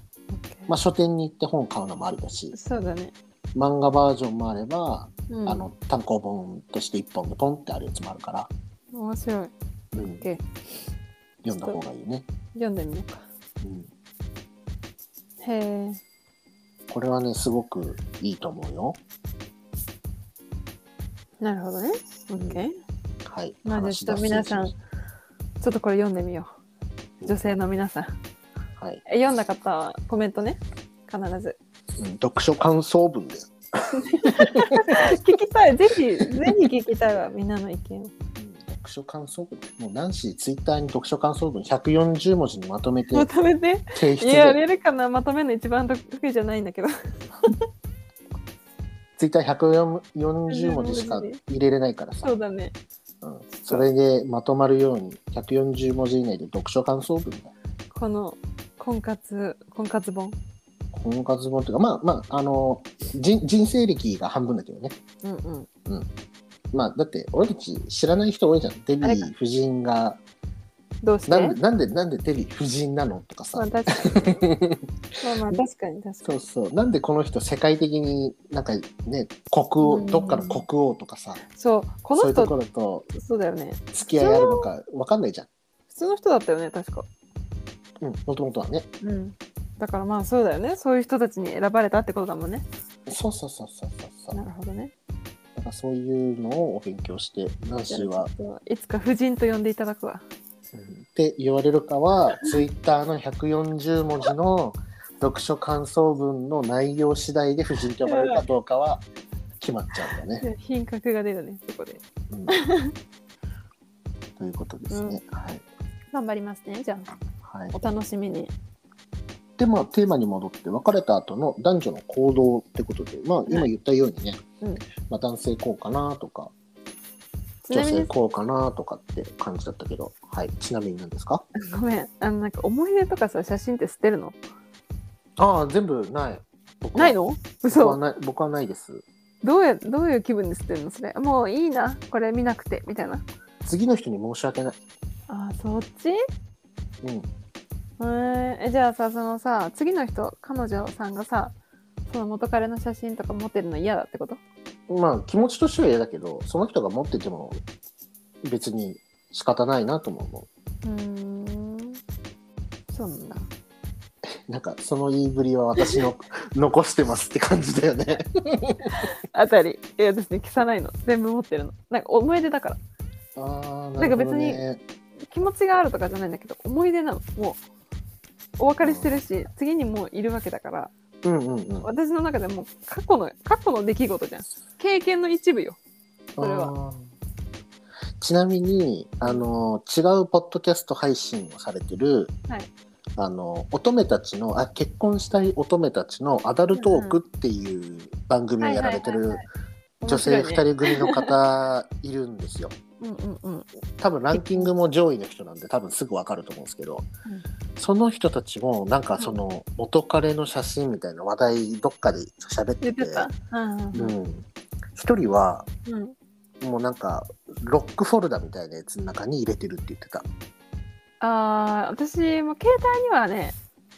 Speaker 2: まあ、書店に行って本買うのもありだし
Speaker 1: そうだね。
Speaker 2: 漫画バージョンもあれば、
Speaker 1: うん、
Speaker 2: あの単行本として1本でポンってあるやつもあるから、
Speaker 1: 面白い。
Speaker 2: うん、
Speaker 1: OK
Speaker 2: 読んだ方がいいね、
Speaker 1: 読んでみようか。
Speaker 2: うん、
Speaker 1: へえ。
Speaker 2: これはねすごくいいと思うよ
Speaker 1: なるほどね。
Speaker 2: ん
Speaker 1: OK。ち
Speaker 2: はい
Speaker 1: まあじゃあちょっと
Speaker 2: 話脱線
Speaker 1: 皆さん
Speaker 2: しまし
Speaker 1: ょっとこれ読んでみよ
Speaker 2: う
Speaker 1: う。
Speaker 2: ん
Speaker 1: 女性の皆さん。
Speaker 2: たはい、
Speaker 1: え読んだ方はコメントね。必ず。
Speaker 2: うん、読書感想文です、
Speaker 1: 聞きたい。ぜひ、ぜひ聞きたいわ。みんなの意見を。
Speaker 2: うん、読書感想文もうナンシーツイッターに読書感想文140文字にまとめて
Speaker 1: まとめて。
Speaker 2: 提
Speaker 1: い
Speaker 2: 出
Speaker 1: や、や
Speaker 2: で
Speaker 1: れるかな。まとめるの一番得意じゃないんだけど。
Speaker 2: ツイッター140文字しか入れれないからさ
Speaker 1: そうだね。
Speaker 2: うんそれでまとまるように140文字以内で読書感想文だ
Speaker 1: この婚活、婚活本。
Speaker 2: 婚活本というかまあまああの人人生歴が半分だけどね
Speaker 1: うんうん。
Speaker 2: まあだって俺たち知らない人多いじゃんデヴ
Speaker 1: あれ
Speaker 2: ィ夫人が
Speaker 1: どうして
Speaker 2: なんでなんでなんでデヴィ夫人なのと
Speaker 1: ま
Speaker 2: かさ
Speaker 1: あ確かに。まあまあ確かに確か
Speaker 2: そうそうなんでこの人世界的になんかね国王
Speaker 1: うん
Speaker 2: どっかの国王とかさ
Speaker 1: に。そう。こ
Speaker 2: そ
Speaker 1: の
Speaker 2: ういうと
Speaker 1: 人
Speaker 2: ころと
Speaker 1: そうだよね。
Speaker 2: 付き合いあるのかわかんないじゃん
Speaker 1: 普通の人だったよね、確か。
Speaker 2: うんもともとはね
Speaker 1: うん。だからまあそうだよね。そういう人たちに選ばれたってことだもんね。
Speaker 2: そうそうそうそうそうそう
Speaker 1: なるほどね。
Speaker 2: なんかそういうのをお勉強してナンシーは
Speaker 1: はいつか夫人と呼んでいただくわ。
Speaker 2: って言われるかはツイッターの140文字の読書感想文の内容次第で夫人と呼ばれるかどうかは決まっちゃうんだね。
Speaker 1: 品格が出るね、そこで。
Speaker 2: うん、ということですね。はい
Speaker 1: 頑張りますね、じゃあ。
Speaker 2: はい
Speaker 1: お、楽しみに。
Speaker 2: でまあテーマに戻って別れた後の男女の行動ってことで、まあ、今言ったようにね、
Speaker 1: うん
Speaker 2: まあ、男性こうかなとか
Speaker 1: ち
Speaker 2: 女
Speaker 1: なみ
Speaker 2: 性
Speaker 1: に、
Speaker 2: こうかなとかって感じだったけど、はい、ちなみに何ですか
Speaker 1: ごめん。あの、なんか思い出とかさ、写真って捨てるの
Speaker 2: ああ全部ない。僕は
Speaker 1: ないの
Speaker 2: 僕は
Speaker 1: 嘘。
Speaker 2: ない僕はないです。
Speaker 1: どうや、どういう気分で捨てるのそれ。もういいな。これ見なくて。みたいな。
Speaker 2: 次の人に申し訳ない。
Speaker 1: ああ、そっち
Speaker 2: うん
Speaker 1: へーえじゃあさそのさ次の人彼女さんがさその元彼の写真とか持ってるの嫌だってこと
Speaker 2: まあ気持ちとしては嫌だけどその人が持ってても別に仕方ないなとも思
Speaker 1: うんそうなんだ
Speaker 2: うなんかその言いぶりは私の 残してますって感じだよね
Speaker 1: あたりいや私ね消さないの全部持ってるのなんか思い出だから
Speaker 2: ああ
Speaker 1: なんか別に気持ちがあるとかじゃないんだけど思い出なのもうお別れしてるし次にもういるわけだから
Speaker 2: うんうんうん
Speaker 1: 私の中でもう過去の過去の出来事じゃん経験の一部よそれは
Speaker 2: あーちなみにあの違うポッドキャスト配信をされてる、
Speaker 1: はい
Speaker 2: あの乙女たちのあ結婚したい乙女たちのアダルトークっていう番組をやられて
Speaker 1: はいは
Speaker 2: る
Speaker 1: いはい
Speaker 2: 女性2
Speaker 1: 面白いね
Speaker 2: 人組の方いるんですよ。
Speaker 1: うんうんうん
Speaker 2: 多分ランキングも上位の人なんで多分すぐわかると思うんですけど、
Speaker 1: うん
Speaker 2: その人たちもなんかその元彼の写真みたいな話題どっかで喋って
Speaker 1: 言っててたうんうん
Speaker 2: う
Speaker 1: うん
Speaker 2: ん、一人は
Speaker 1: うん
Speaker 2: もうなんかロックフォルダみたいなやつの中に入れてるって言ってた
Speaker 1: あー私も携帯にはね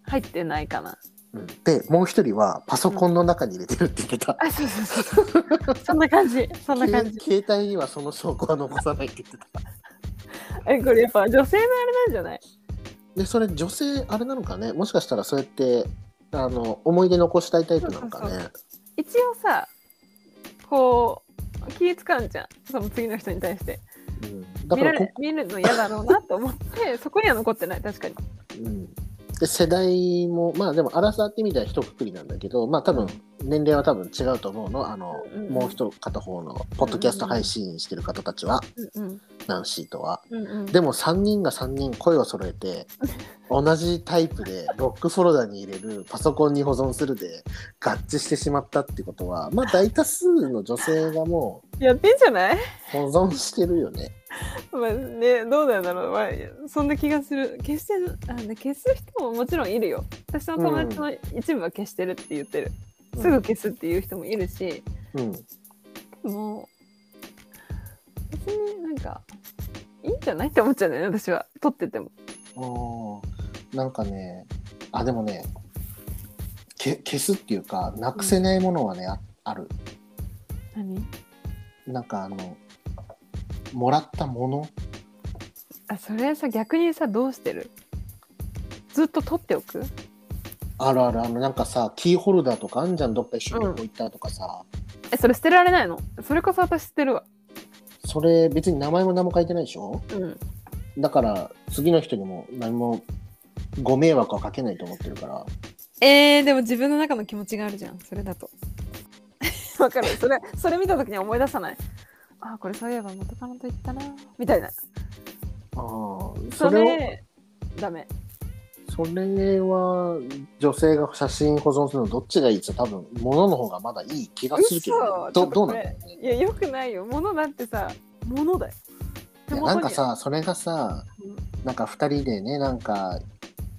Speaker 1: 入ってないかな
Speaker 2: うん、でもう一人はパソコンの中に入れてるって言ってた、
Speaker 1: あそうそうそうそうそんな感じそんな感じ
Speaker 2: け 携帯にはその証拠は残さないって言ってた
Speaker 1: えこれやっぱ女性のあれなんじゃない
Speaker 2: でそれ女性あれなのかねもしかしたらそうやってあの思い出残したいタイプなのかね
Speaker 1: そう一応さこう気使うんじゃんその次の人に対して
Speaker 2: うんだ
Speaker 1: 見
Speaker 2: からら
Speaker 1: れ
Speaker 2: こ
Speaker 1: 見るの嫌だろうなと思って そこには残ってない確かに
Speaker 2: うんで世代もまあでもアラサーってみたら一括りなんだけどまあ多分年齢は多分違うと思うのあの、
Speaker 1: うんうん
Speaker 2: もう一片方のポッドキャスト配信してる方たちは、
Speaker 1: うんうん
Speaker 2: ナンシーとは。
Speaker 1: うんうん
Speaker 2: でも3人が3人声を揃えて同じタイプでロックフォルダに入れるパソコンに保存するで合致してしまったってことはまあ大多数の女性がも
Speaker 1: やってんじゃない
Speaker 2: う保存してるよね。
Speaker 1: まあねどうなんだろう、まあ、そんな気がする消してるあ、ね、消す人ももちろんいるよ私の友達の一部は消してるって言ってる、すぐ消すっていう人もいるし、
Speaker 2: うん
Speaker 1: もう別になんかいいんじゃないって思っちゃうんだよね私は撮ってても
Speaker 2: おーなんかねあでもねけ消すっていうかなくせないものはね、あある
Speaker 1: 何
Speaker 2: なんかあのもらったもの
Speaker 1: あそれさ逆にさどうしてるずっと取っておく
Speaker 2: あるあるあのなんかさキーホルダーとかあんじゃんどっか一緒に旅行行ったとかさ、
Speaker 1: えそれ捨てられないのそれこそ私捨てるわ
Speaker 2: それ別に名前も何も書いてないでしょ
Speaker 1: うん
Speaker 2: だから次の人にも何もご迷惑はかけないと思ってるから
Speaker 1: えー、でも自分の中の気持ちがあるじゃんそれだと わかるそれそれ見た時に思い出さないあこれそういえば元カノと言ったなみたいな
Speaker 2: あー
Speaker 1: そ
Speaker 2: それを
Speaker 1: れダメ
Speaker 2: それは女性が写真保存するのどっちがいいって言ったら多分物の方がまだいい気がするけど
Speaker 1: 嘘
Speaker 2: ど
Speaker 1: ち
Speaker 2: ど
Speaker 1: ょ
Speaker 2: う
Speaker 1: っとこ
Speaker 2: なの
Speaker 1: れいやよくないよ物だってさ物だよ
Speaker 2: いやなんかさそれがさなんか2人でねなんか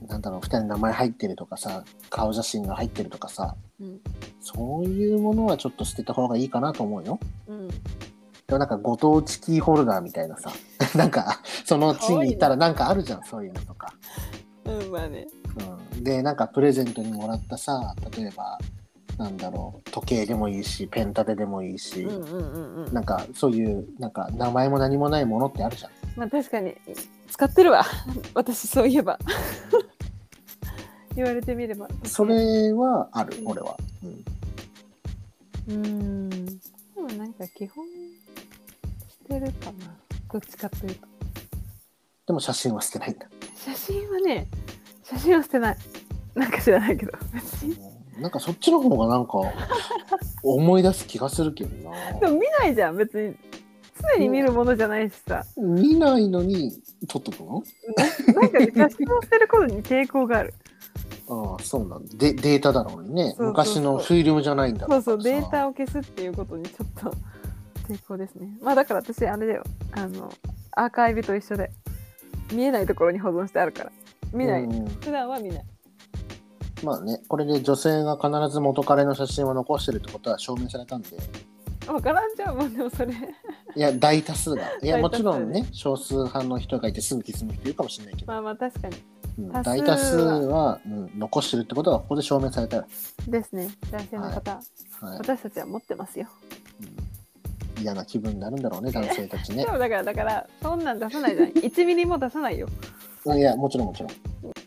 Speaker 2: なんだろう2人の名前入ってるとかさ顔写真が入ってるとかさ
Speaker 1: 手元に
Speaker 2: そういうものはちょっと捨てた方がいいかなと思うよ
Speaker 1: うん、うん、
Speaker 2: でもなんかご当地キーホルダーみたいなさ なんかその地に行ったらなんかあるじゃんそういうのとか、
Speaker 1: うん、まあね。
Speaker 2: うん、でなんかプレゼントにもらったさ例えばなんだろう時計でもいいしペン立てでもいいし、
Speaker 1: うんうんうんうん。
Speaker 2: なんかそういうなんか名前も何もないものってあるじゃん
Speaker 1: まあ確かに使ってるわ。 私そういえば。 言われてみれば。
Speaker 2: それはある俺は、うん、
Speaker 1: うーん。でもなんか基本してるかな。どっちかというと。
Speaker 2: でも写真は捨てないんだ
Speaker 1: 写真はね、写真は捨てない。なんか知らないけど。別に
Speaker 2: なんかそっちの方がなんか思い出す気がするけど な。
Speaker 1: でも見ないじゃん、別に。常に見るものじゃないしさ。
Speaker 2: 見ないのに撮っとくの
Speaker 1: なんか写真を捨てることに抵抗がある。
Speaker 2: ああそうなんだでデータだろうにね
Speaker 1: そうそうそう
Speaker 2: 昔のフィルムじゃないんだろ
Speaker 1: そうそう、デー
Speaker 2: を
Speaker 1: タを消すっていうことにちょっと抵抗ですね。まあだから私、あれだよ、あの、アーカイブと一緒で、見えないところに保存してあるから、見ない。普段は見ない。
Speaker 2: まあねこれで女性が必ず元彼の写真を残してるってことは証明されたんで
Speaker 1: わからんじゃん、もうでもそれ。
Speaker 2: いや大多数 がいや
Speaker 1: 大
Speaker 2: も
Speaker 1: 多数
Speaker 2: ちろんね少数派の人がいてすぐ気づく人いるかもしれないけど、
Speaker 1: まあまあ確かに。
Speaker 2: うん
Speaker 1: 多数は
Speaker 2: 大多数は、うん、残してるってことはここで証明されたよ、
Speaker 1: ですね、男性の方、
Speaker 2: はい
Speaker 1: 私たちは持ってますよ。
Speaker 2: うん嫌な気分になるんだろ うね男性たちね
Speaker 1: でもだから、だから、そんなん出さないじゃん。1ミリも出さないよ。
Speaker 2: うんいやもちろんもちろん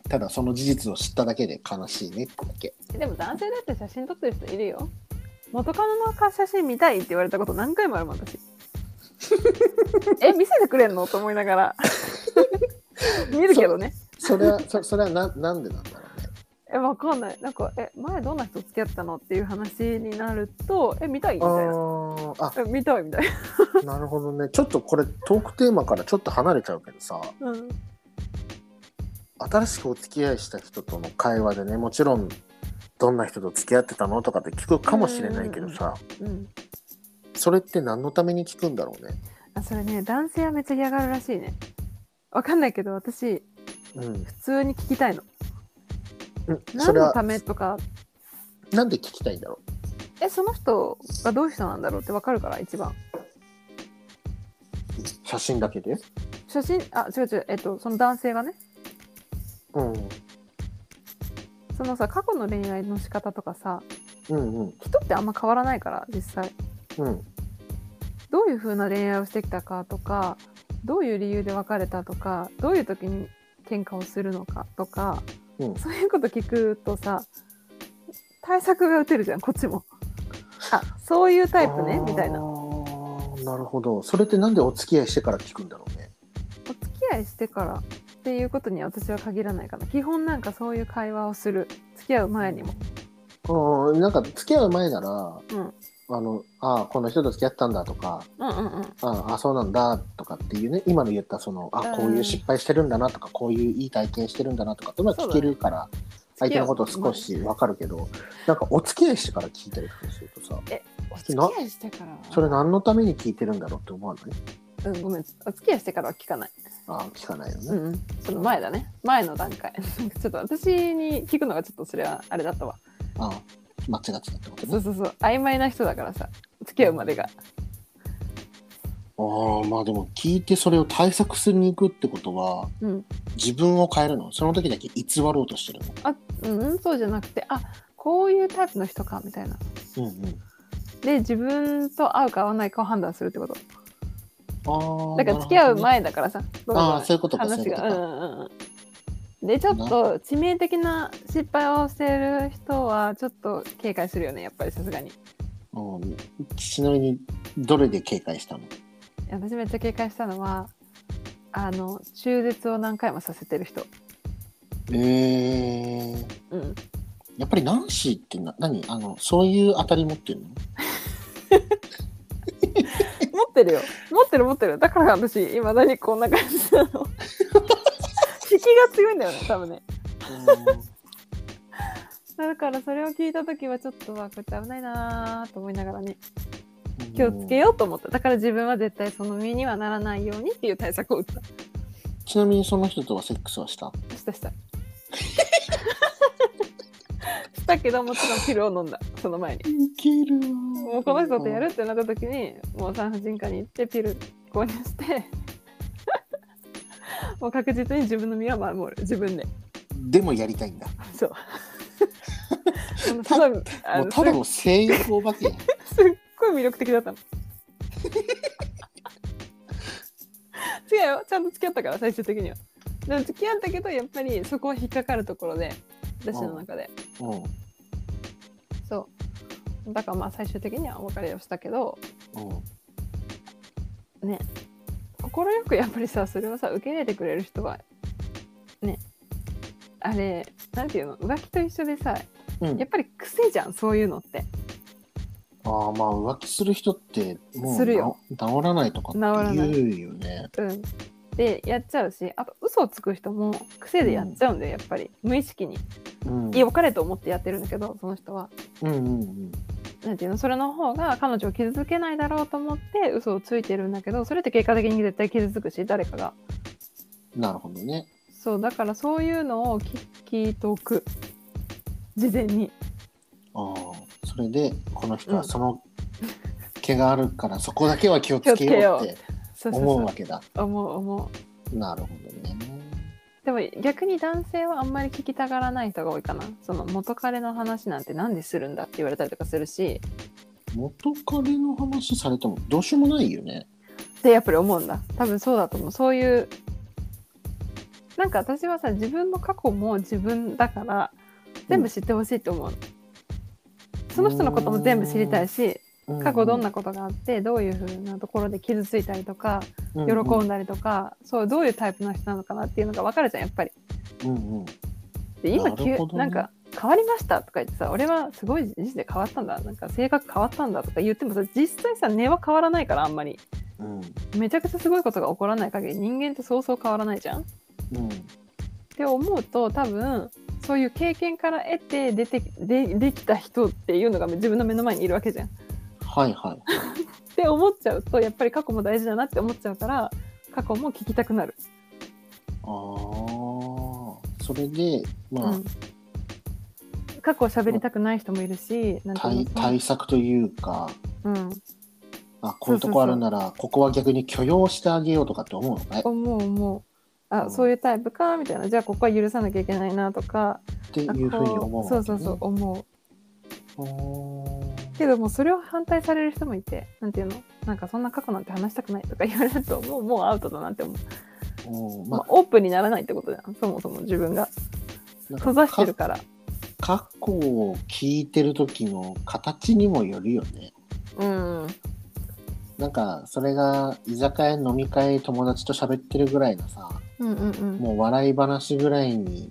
Speaker 2: ただその事実を知っただけで悲しいねってだけ
Speaker 1: でも男性だって写真撮ってる人いるよ。元カノの写真見たいって言われたこと何回もあるもん 私え見せてくれんのと思いなが ら見るけどね
Speaker 2: それはそそれはななんでなんだろうね
Speaker 1: えわかんないなんかえ前どんな人付き合ってたのっていう話になるとえ見 たいみたいな
Speaker 2: あ
Speaker 1: え見たいみたいな、
Speaker 2: あ なるほどねちょっとこれトークテーマからちょっと離れちゃうけどさ
Speaker 1: うん、
Speaker 2: 新しくお付き合いした人との会話でねもちろんどんな人と付き合ってたのとかって聞くかもしれないけどさ
Speaker 1: うん、
Speaker 2: それって何のために聞くんだろうね
Speaker 1: あそれね男性はめっちゃ嫌がるらしいねわかんないけど私
Speaker 2: うん
Speaker 1: 普通に聞きたいの
Speaker 2: うんそ
Speaker 1: 何
Speaker 2: れ
Speaker 1: の
Speaker 2: は
Speaker 1: ためとか
Speaker 2: なんで聞きたいんだろ
Speaker 1: えその人がどういう人なんだろうってわかるから一番
Speaker 2: う写真だけで
Speaker 1: 写真あ違う違うえっとその男性がね
Speaker 2: うん
Speaker 1: そのさ過去の恋愛の仕方とかさ
Speaker 2: うんうん
Speaker 1: 人ってあんま変わらないから実際
Speaker 2: うん
Speaker 1: どういう風な恋愛をしてきたかとかどういう理由で別れたとかどういう時に喧嘩をするのかとか、
Speaker 2: うん
Speaker 1: そういうこと聞くとさ対策が打てるじゃんこっちも。あそういうタイプねみたい
Speaker 2: あ
Speaker 1: な。
Speaker 2: ーなるほどそれってなんでお付き合いしてから聞くんだろうね
Speaker 1: お付き合いしてからっていうことには私は限らないかな基本なんかそういう会話をする付き合う前にも。
Speaker 2: うん、なんか付き合う前なら、
Speaker 1: うん
Speaker 2: あのああこの人と付き合ったんだとか
Speaker 1: うんうんうん
Speaker 2: ああああそうなんだとかっていうね今の言ったそのあ
Speaker 1: うん
Speaker 2: こういう失敗してるんだなとかこういういい体験してるんだなとかっていうのは聞けるから、相手のことを少し分かるけどなんかお付き合いしてから聞いたりとかするとさ
Speaker 1: お
Speaker 2: 付
Speaker 1: 付
Speaker 2: き
Speaker 1: き
Speaker 2: 合
Speaker 1: 合いしてから
Speaker 2: それ何のために聞いてるんだろうって思わない
Speaker 1: うんごめんお付き合いしてからは聞かない
Speaker 2: ああ聞かないよね、
Speaker 1: うんうん、その前だね前の段階 なんかちょっと私に聞くのがちょっとそれはあれだったわ
Speaker 2: ああ間違ってたってこと
Speaker 1: そ
Speaker 2: ね
Speaker 1: うそうそう曖昧な人だからさ付き合うまでが
Speaker 2: ああまあでも聞いてそれを対策するに行くってことは
Speaker 1: うん
Speaker 2: 自分を変えるのその時だけ偽ろうとしてるの
Speaker 1: あうんそうじゃなくてあこういうタイプの人かみたいな
Speaker 2: うんうん
Speaker 1: で自分と合うか合わないかを判断するってこと
Speaker 2: ああ。
Speaker 1: だから付き合う
Speaker 2: なる
Speaker 1: 前だからさごめんごめん
Speaker 2: あーそういうことか
Speaker 1: 話
Speaker 2: そう
Speaker 1: が
Speaker 2: いうう
Speaker 1: う
Speaker 2: ん
Speaker 1: んうんでちょっと致命的な失敗をしてる人はちょっと警戒するよねやっぱりさすがにい
Speaker 2: ほどね、うん。ちなみに、どれで警戒したの
Speaker 1: や私めっちゃ警戒したのはあの中絶を何回もさせてる人
Speaker 2: ええ
Speaker 1: うん
Speaker 2: やっぱりナンシーってな、何あの、そういう当たり持ってるの
Speaker 1: 持ってるよ持ってる持ってるだから私いまだにこんな感じなの引きが強いんだよね多分ねだからそれを聞いた時はちょっとわこいつ危ないなーと思いながらね気をつけ
Speaker 2: よ
Speaker 1: ようと思っただから自分は絶対その身にはならないようにっていう対策を打った
Speaker 2: うん。ちなみにその人とはセックスはした
Speaker 1: したしたしたけどもちろんピルを飲んだその前に
Speaker 2: いける
Speaker 1: もうこの人とやるってなった時にもう産婦人科に行ってピル購入して もう確実に自分の身は守る自分で
Speaker 2: でもやりたいんだ。
Speaker 1: そうあのすごいあ
Speaker 2: もう
Speaker 1: の
Speaker 2: ただの性欲お化けやん。
Speaker 1: すっごい魅力的だったの。違うよちゃんと付き合ったから最終的には。でも付き合ったけどやっぱりそこは引っかかるところで私の中で、
Speaker 2: うん。
Speaker 1: そうだからまあ最終的にはお別れをしたけど
Speaker 2: うん。
Speaker 1: ね快くやっぱりさそれをさ受け入れてくれる人はねあれなんていうの浮気と一緒でさ
Speaker 2: うん
Speaker 1: やっぱり癖じゃんそういうのって
Speaker 2: ああまあ浮気する人ってもう
Speaker 1: するよ
Speaker 2: な治らないとかって言うよね。
Speaker 1: うん、でやっちゃうしあと嘘をつく人も癖でやっちゃうんだよやっぱり無意識に
Speaker 2: うん、
Speaker 1: 良かれと思ってやってるんだけどその人は
Speaker 2: うんうんうん。
Speaker 1: なんていうのそれの方が彼女を傷つけないだろうと思って嘘をついてるんだけどそれって結果的に絶対傷つくし誰かが
Speaker 2: なるほどね。
Speaker 1: そうだからそういうのを聞聞いておく事前に
Speaker 2: ああそれでこの人はその毛があるからそこだけは気を
Speaker 1: 気
Speaker 2: つけ
Speaker 1: をつけ
Speaker 2: よ
Speaker 1: よ
Speaker 2: う
Speaker 1: う
Speaker 2: って
Speaker 1: そうそう
Speaker 2: 思
Speaker 1: そうう
Speaker 2: わけだ。
Speaker 1: 思う思う
Speaker 2: なるほどね。
Speaker 1: でも逆に男性はあんまり聞きたがらない人が多いかなその元彼の話なんてなんでするんだって言われたりとかするし
Speaker 2: 元彼の話されてもどうしようもないよね。
Speaker 1: ってやっぱり思うんだ多分そうだと思うそういうなんか私はさ自分の過去も自分だから全部知ってほしいと思う、その人のことも全部知りたいし過去どんなことがあってどういうふうなところで傷ついたりとか
Speaker 2: 喜
Speaker 1: 喜んだりとか、そうどういうタイプの人なのかなっていうのが分かるじゃんやっぱり。
Speaker 2: うんうん
Speaker 1: で今
Speaker 2: な
Speaker 1: 急
Speaker 2: るほどね
Speaker 1: なんか変わりましたとか言ってさ俺はすごい人生変わったんだなんか性格変わったんだとか言ってもさ実際さ根は変わらないからあんまり。
Speaker 2: うん
Speaker 1: めちゃくちゃすごいことが起こらない限り人間ってそうそう変わらないじゃんっ
Speaker 2: うん
Speaker 1: て思うと多分そういう経験から得て出てでできた人っていうのが自分の目の前にいるわけじゃん。っ
Speaker 2: はいはい。
Speaker 1: て思っちゃうとやっぱり過去も大事だなって思っちゃうから過去も聞きたくなる。
Speaker 2: ああそれでまあ、
Speaker 1: うん過去を喋りたくない人もいるし、なんていう
Speaker 2: 対
Speaker 1: の
Speaker 2: 対策というか。
Speaker 1: うん、
Speaker 2: あこういうとこあるならここは逆に許容してあげようとかって思うのかい
Speaker 1: 思う思う。
Speaker 2: う
Speaker 1: あ
Speaker 2: ん
Speaker 1: そういうタイプかみたいなじゃあここは許さなきゃいけないなとか
Speaker 2: っていう
Speaker 1: あ
Speaker 2: ふうに思
Speaker 1: こ
Speaker 2: うわけね、
Speaker 1: そうそうそう思う
Speaker 2: お
Speaker 1: け
Speaker 2: ー
Speaker 1: どもうそれを反対される人もいてなんていうのなんかそんな過去なんて話したくないとか言われるともうもうアウトだなって思う、
Speaker 2: うん
Speaker 1: ま
Speaker 2: ま
Speaker 1: あ、オープンにならないってことじゃんそもそも自分が
Speaker 2: あ
Speaker 1: 閉ざしてるから
Speaker 2: 過去を聞いてる時の形にもよるよね
Speaker 1: うん
Speaker 2: なんかそれが居酒屋飲み会友達と喋ってるぐらいのさ
Speaker 1: うんうんうん
Speaker 2: もう笑い話ぐらいに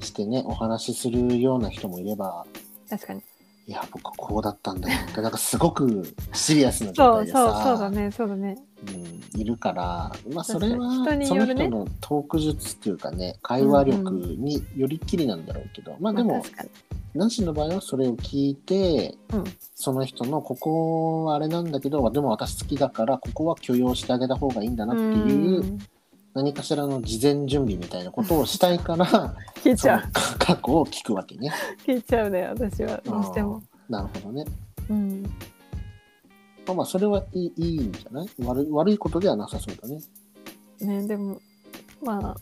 Speaker 2: してねお話しするような人もいれば
Speaker 1: 確かに
Speaker 2: いや僕こうだったんだよってなんかすごくシリアスな状
Speaker 1: そ
Speaker 2: 態
Speaker 1: う
Speaker 2: で
Speaker 1: そう
Speaker 2: さ
Speaker 1: そうだねそうだね
Speaker 2: うんいるから、まあ、そ
Speaker 1: 確か
Speaker 2: れ
Speaker 1: に
Speaker 2: は
Speaker 1: 人に
Speaker 2: そ
Speaker 1: よ
Speaker 2: の
Speaker 1: るね
Speaker 2: 人のトーク術っていうかね会話力によりっきりなんだろうけど、まあでも、
Speaker 1: まあ確かに
Speaker 2: ナンシーの場合はそれを聞いて、
Speaker 1: うん
Speaker 2: その人のここはあれなんだけどでも私好きだからここは許容してあげた方がいいんだなっていう、
Speaker 1: うん
Speaker 2: 何かしらの事前準備みたいなことをしたいから
Speaker 1: 聞い
Speaker 2: そ
Speaker 1: ちゃ
Speaker 2: の
Speaker 1: う
Speaker 2: か過去を聞くわけね。
Speaker 1: 聞いちゃうね私はどうしても
Speaker 2: うんなるほどね。
Speaker 1: うん
Speaker 2: まあ、まあそれはいいいいんじゃない悪い悪いことではなさそうだね。
Speaker 1: ねでもまあ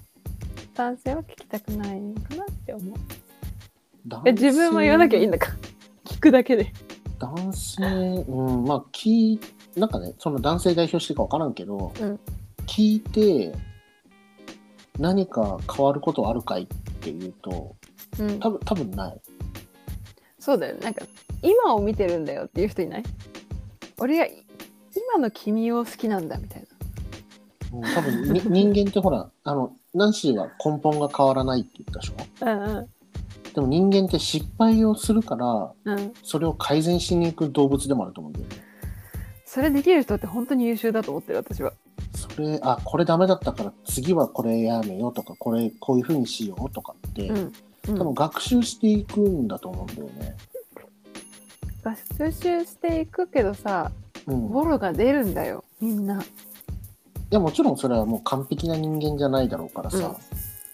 Speaker 1: 男性は聞きたくないのかなって思う
Speaker 2: 男性
Speaker 1: え自分は言わなきゃいいんだか聞くだけで
Speaker 2: 男性、うん、まあ、聞い、なんかね、その男性代表してるか分からんけど、
Speaker 1: うん
Speaker 2: 聞いて、何か変わることはあるかいっていうと、
Speaker 1: うん
Speaker 2: 多分、多分ない。
Speaker 1: そうだよねなんか今を見てるんだよっていう人いない俺がい今の君を好きなんだみたいな
Speaker 2: うん多分に 人間ってほら、あの、ナンシーは根本が変わらないって言ったでしょ
Speaker 1: うん
Speaker 2: でも人間って失敗をするから、
Speaker 1: うんうん
Speaker 2: それを改善しに行く動物でもあると思うんだよね。
Speaker 1: それできる人って本当に優秀だと思ってる私は
Speaker 2: それ、あ、これダメだったから次はこれやめようとか、これ、こういうふうにしようとかって、
Speaker 1: うん、う
Speaker 2: 多分
Speaker 1: ん、
Speaker 2: 学習していくんだと思うんだよね。
Speaker 1: 学習していくけどさ
Speaker 2: うん。い
Speaker 1: ボロが出るんだよみんな
Speaker 2: や、もちろんそれはもう完璧な人間じゃないだろうからさ、
Speaker 1: うん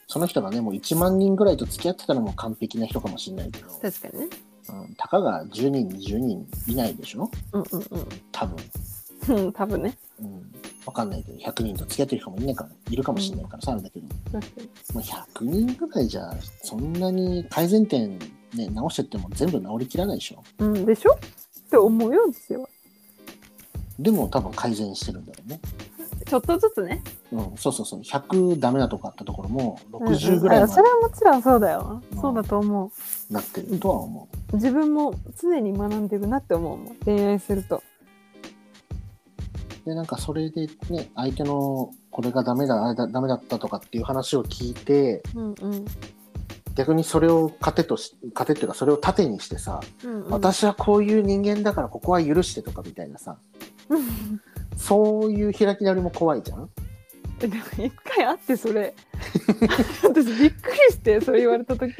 Speaker 2: その人がね、もう1万人ぐらいと付き合ってたらもう完璧な人かもしれないけど、
Speaker 1: 確かにね
Speaker 2: うん、たかが10人、20人いないでしょ
Speaker 1: うんうん
Speaker 2: 多分。
Speaker 1: うんうん多分ね
Speaker 2: うん。わかんないけど、100人と付き合ってる人もいないから、いるかもしれないからさ、あれだけど、
Speaker 1: 確かに
Speaker 2: まあ、100人ぐらいじゃ、そんなに改善点ね、直してっても全部直りきらないでしょ
Speaker 1: うんでしょって思うよですよ
Speaker 2: でも多分改善してるんだよね。
Speaker 1: ちょっとずつね
Speaker 2: うん、そうそうそう。100ダメなとこあったところも、
Speaker 1: うんう
Speaker 2: 60
Speaker 1: ん
Speaker 2: ぐら
Speaker 1: あ
Speaker 2: いま
Speaker 1: そ
Speaker 2: で
Speaker 1: れはもちろんそうだよ、
Speaker 2: うん
Speaker 1: そうだと思う
Speaker 2: なってるとは思う。
Speaker 1: 自分も常に学んでるなって思うもん恋愛すると
Speaker 2: でなんかそれでね相手のこれがダメだあれだダメだったとかっていう話を聞いて
Speaker 1: うんうん
Speaker 2: 逆にそれを糧とし糧っていうかそれを盾にしてさ、
Speaker 1: うんうん
Speaker 2: 私はこういう人間だからここは許してとかみたいなさ
Speaker 1: うん
Speaker 2: そういう開き直りも怖いじゃん
Speaker 1: え でも一回会ってそれ私びっくりしてそれ言われた時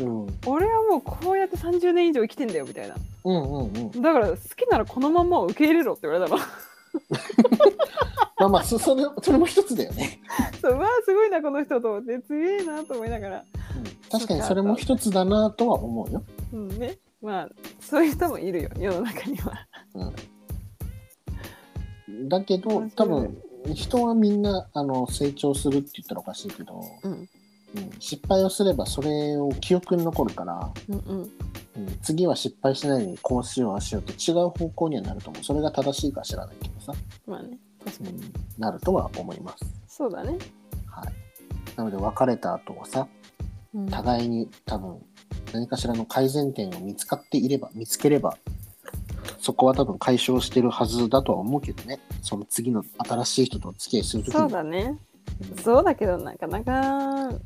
Speaker 2: うん
Speaker 1: 俺はもうこうやって30年以上生きてんだよみたいな
Speaker 2: うんうんうん
Speaker 1: だから好きならこのままを受け入れろって言われたの
Speaker 2: まあまあそ それそれも一つだよね、
Speaker 1: そううわあすごいなこの人と思ってすげえなと思いながら、
Speaker 2: うん、確かにそれも一つだなとは思うよ
Speaker 1: うんね、まあそういう人もいるよ世の中には。
Speaker 2: だけど
Speaker 1: 面
Speaker 2: 多
Speaker 1: 白い
Speaker 2: 分人はみんなあの成長するって言ったらおかしいけど、
Speaker 1: うん
Speaker 2: うん、失敗をすればそれを記憶に残るから
Speaker 1: うんうん
Speaker 2: うん次は失敗しないようにこうしようああしようって違う方向にはなると思うそれが正しいか知らないけどさ、
Speaker 1: まあね確
Speaker 2: う
Speaker 1: かに
Speaker 2: ん、なるとは思います、
Speaker 1: そうだね。
Speaker 2: はい、なので別れた後はさ
Speaker 1: うん
Speaker 2: 互いに多分何かしらの改善点を見つかっていれば見つければそこは多分解消してるはずだとは思うけどねその次の新しい人とお付き合いするときに
Speaker 1: そうだね。そうだけどなかなか難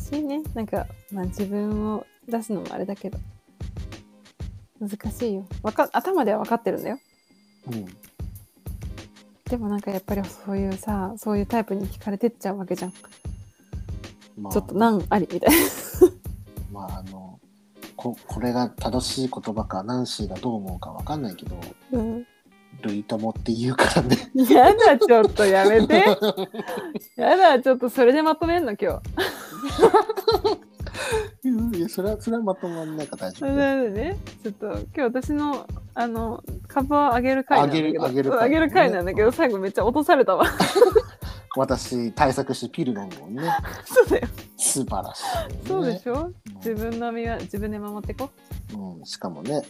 Speaker 1: しいねなんか、まあ、自分を出すのもあれだけど難しいよわか頭では分かってるんだよ
Speaker 2: うん
Speaker 1: でもなんかやっぱりそういうさそういうタイプに惹かれてっちゃうわけじゃんち
Speaker 2: まあ
Speaker 1: ょっと難ありみたい
Speaker 2: まああのここれが正しい言葉かナンシーがどう思うかわかんないけど
Speaker 1: な、うん、
Speaker 2: 類友って言うからね
Speaker 1: やだちょっとやめてやだちょっとそれでまとめんの今日
Speaker 2: うんいや、それは、それはまとまんないから大丈
Speaker 1: それ
Speaker 2: 夫だよ。
Speaker 1: でねちょっと今日私のあの株を上げる回なんだけど
Speaker 2: 上げる上げる回
Speaker 1: 上げる回なんだけど
Speaker 2: うん
Speaker 1: 最後めっちゃ落とされたわ
Speaker 2: 私、対策してピル飲むもんね。
Speaker 1: そうだよ
Speaker 2: 素晴らしい、ね。
Speaker 1: そうでしょ
Speaker 2: う
Speaker 1: 自
Speaker 2: ん
Speaker 1: 分の身は自分で守ってこ
Speaker 2: うん、しかもね、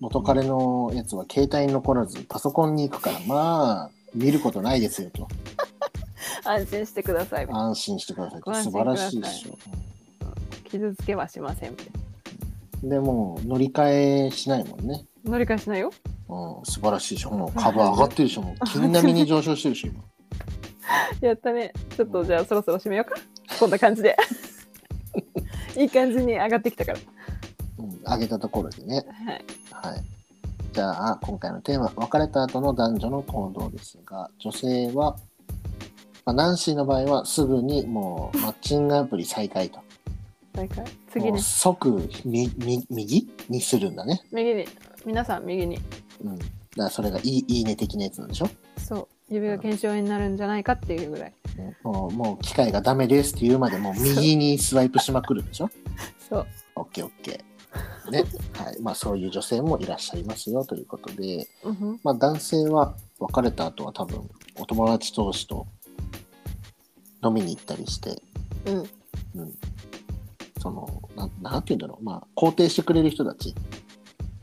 Speaker 2: 元彼のやつは携帯に残らず、パソコンに行くから、まあ、見ることないですよと。
Speaker 1: 安心してくださいみたい
Speaker 2: 安心してくださいと。
Speaker 1: ご安
Speaker 2: 素
Speaker 1: 心
Speaker 2: 晴らしいでしょ。
Speaker 1: な傷つけはしませんみたい
Speaker 2: うんでも、乗り換えしないもんね。
Speaker 1: な乗り換えしないよ
Speaker 2: うん、素晴らしいでしょ。もう株上がってるでしょ。もう、金並みに上昇してるでしょ、今。
Speaker 1: やったねちょっとじゃあそろそろ締めようかこんな感じで いい感じに上がってきたから
Speaker 2: うん、上げたところでね。
Speaker 1: はい
Speaker 2: はい。じゃあ、今回のテーマ、別れた後の男女の行動ですが、女性は、まあ、ナンシーの場合はすぐにもうマッチングアプリ再開と。
Speaker 1: なんか次
Speaker 2: も
Speaker 1: ね
Speaker 2: う即みみ右にするんだね。
Speaker 1: 右に皆さん右に
Speaker 2: うん。だからそれがいいいいね的なやつなんでしょ、
Speaker 1: そう指が腱鞘炎になるんじゃないかっていうぐらい
Speaker 2: ねもうもう機械がダメですって言うまでもう右にスワイプしまくるでしょ
Speaker 1: そう
Speaker 2: オッケーオッケー。ね。はい。まあそういう女性もいらっしゃいますよということで。
Speaker 1: うんふん
Speaker 2: まあ、男性は別れた後は多分お友達同士と飲みに行ったりして、
Speaker 1: うん
Speaker 2: うん、そのななんて言うんだろうまあ肯定してくれる人たち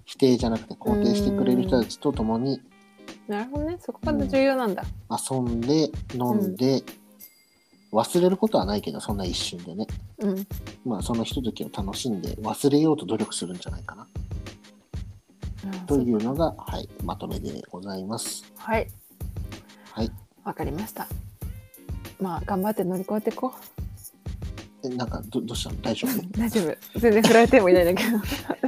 Speaker 2: 否定じゃなくて肯定してくれる人たちと共に
Speaker 1: なるほどねそこが重要なんだ、
Speaker 2: 遊んで飲んで、忘れることはないけどそんな一瞬でね
Speaker 1: うん、
Speaker 2: まあそのひとときを楽しんで忘れようと努力するんじゃないかなというのが、はい、まとめでございます。
Speaker 1: はい
Speaker 2: はい
Speaker 1: わかりましたまあ頑張って乗り越えていこ
Speaker 2: えなんかどどうしたの大丈
Speaker 1: う大丈夫全然振られてもいないんだけ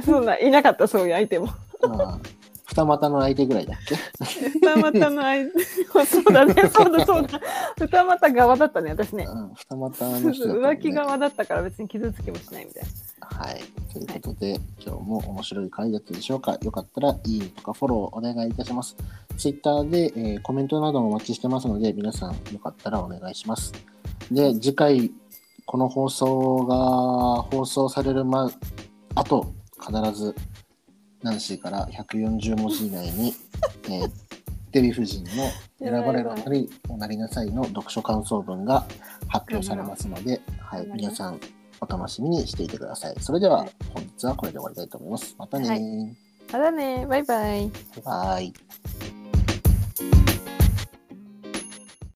Speaker 1: ど そんないなかったそういう相手も
Speaker 2: 夫 まあ二股の相手ぐらいだっけ
Speaker 1: 二股の相手そうだねそうだそうだ二股側だったね私ね
Speaker 2: うん、二股の人だったもんね
Speaker 1: 浮気側だったから別に傷つきもしないみたいな
Speaker 2: はい。ということで、今日も面白い回だったでしょうか。よかったら、いいねとかフォローお願いいたします。Twitter で、えーコメントなどもお待ちしてますので、皆さんよかったらお願いします。で、次回、この放送が放送されるま、あと、必ず、ナンシーから140文字以内 に、えーデヴィ夫人の選ばれるなり、おなりなさいの読書感想文が発表されますので、はい、皆さんお楽しみにしていてください。それでは
Speaker 1: はい
Speaker 2: 本日はこれで終わりたいと思います。またね、
Speaker 1: はいまだねバイバイ
Speaker 2: バイバイ。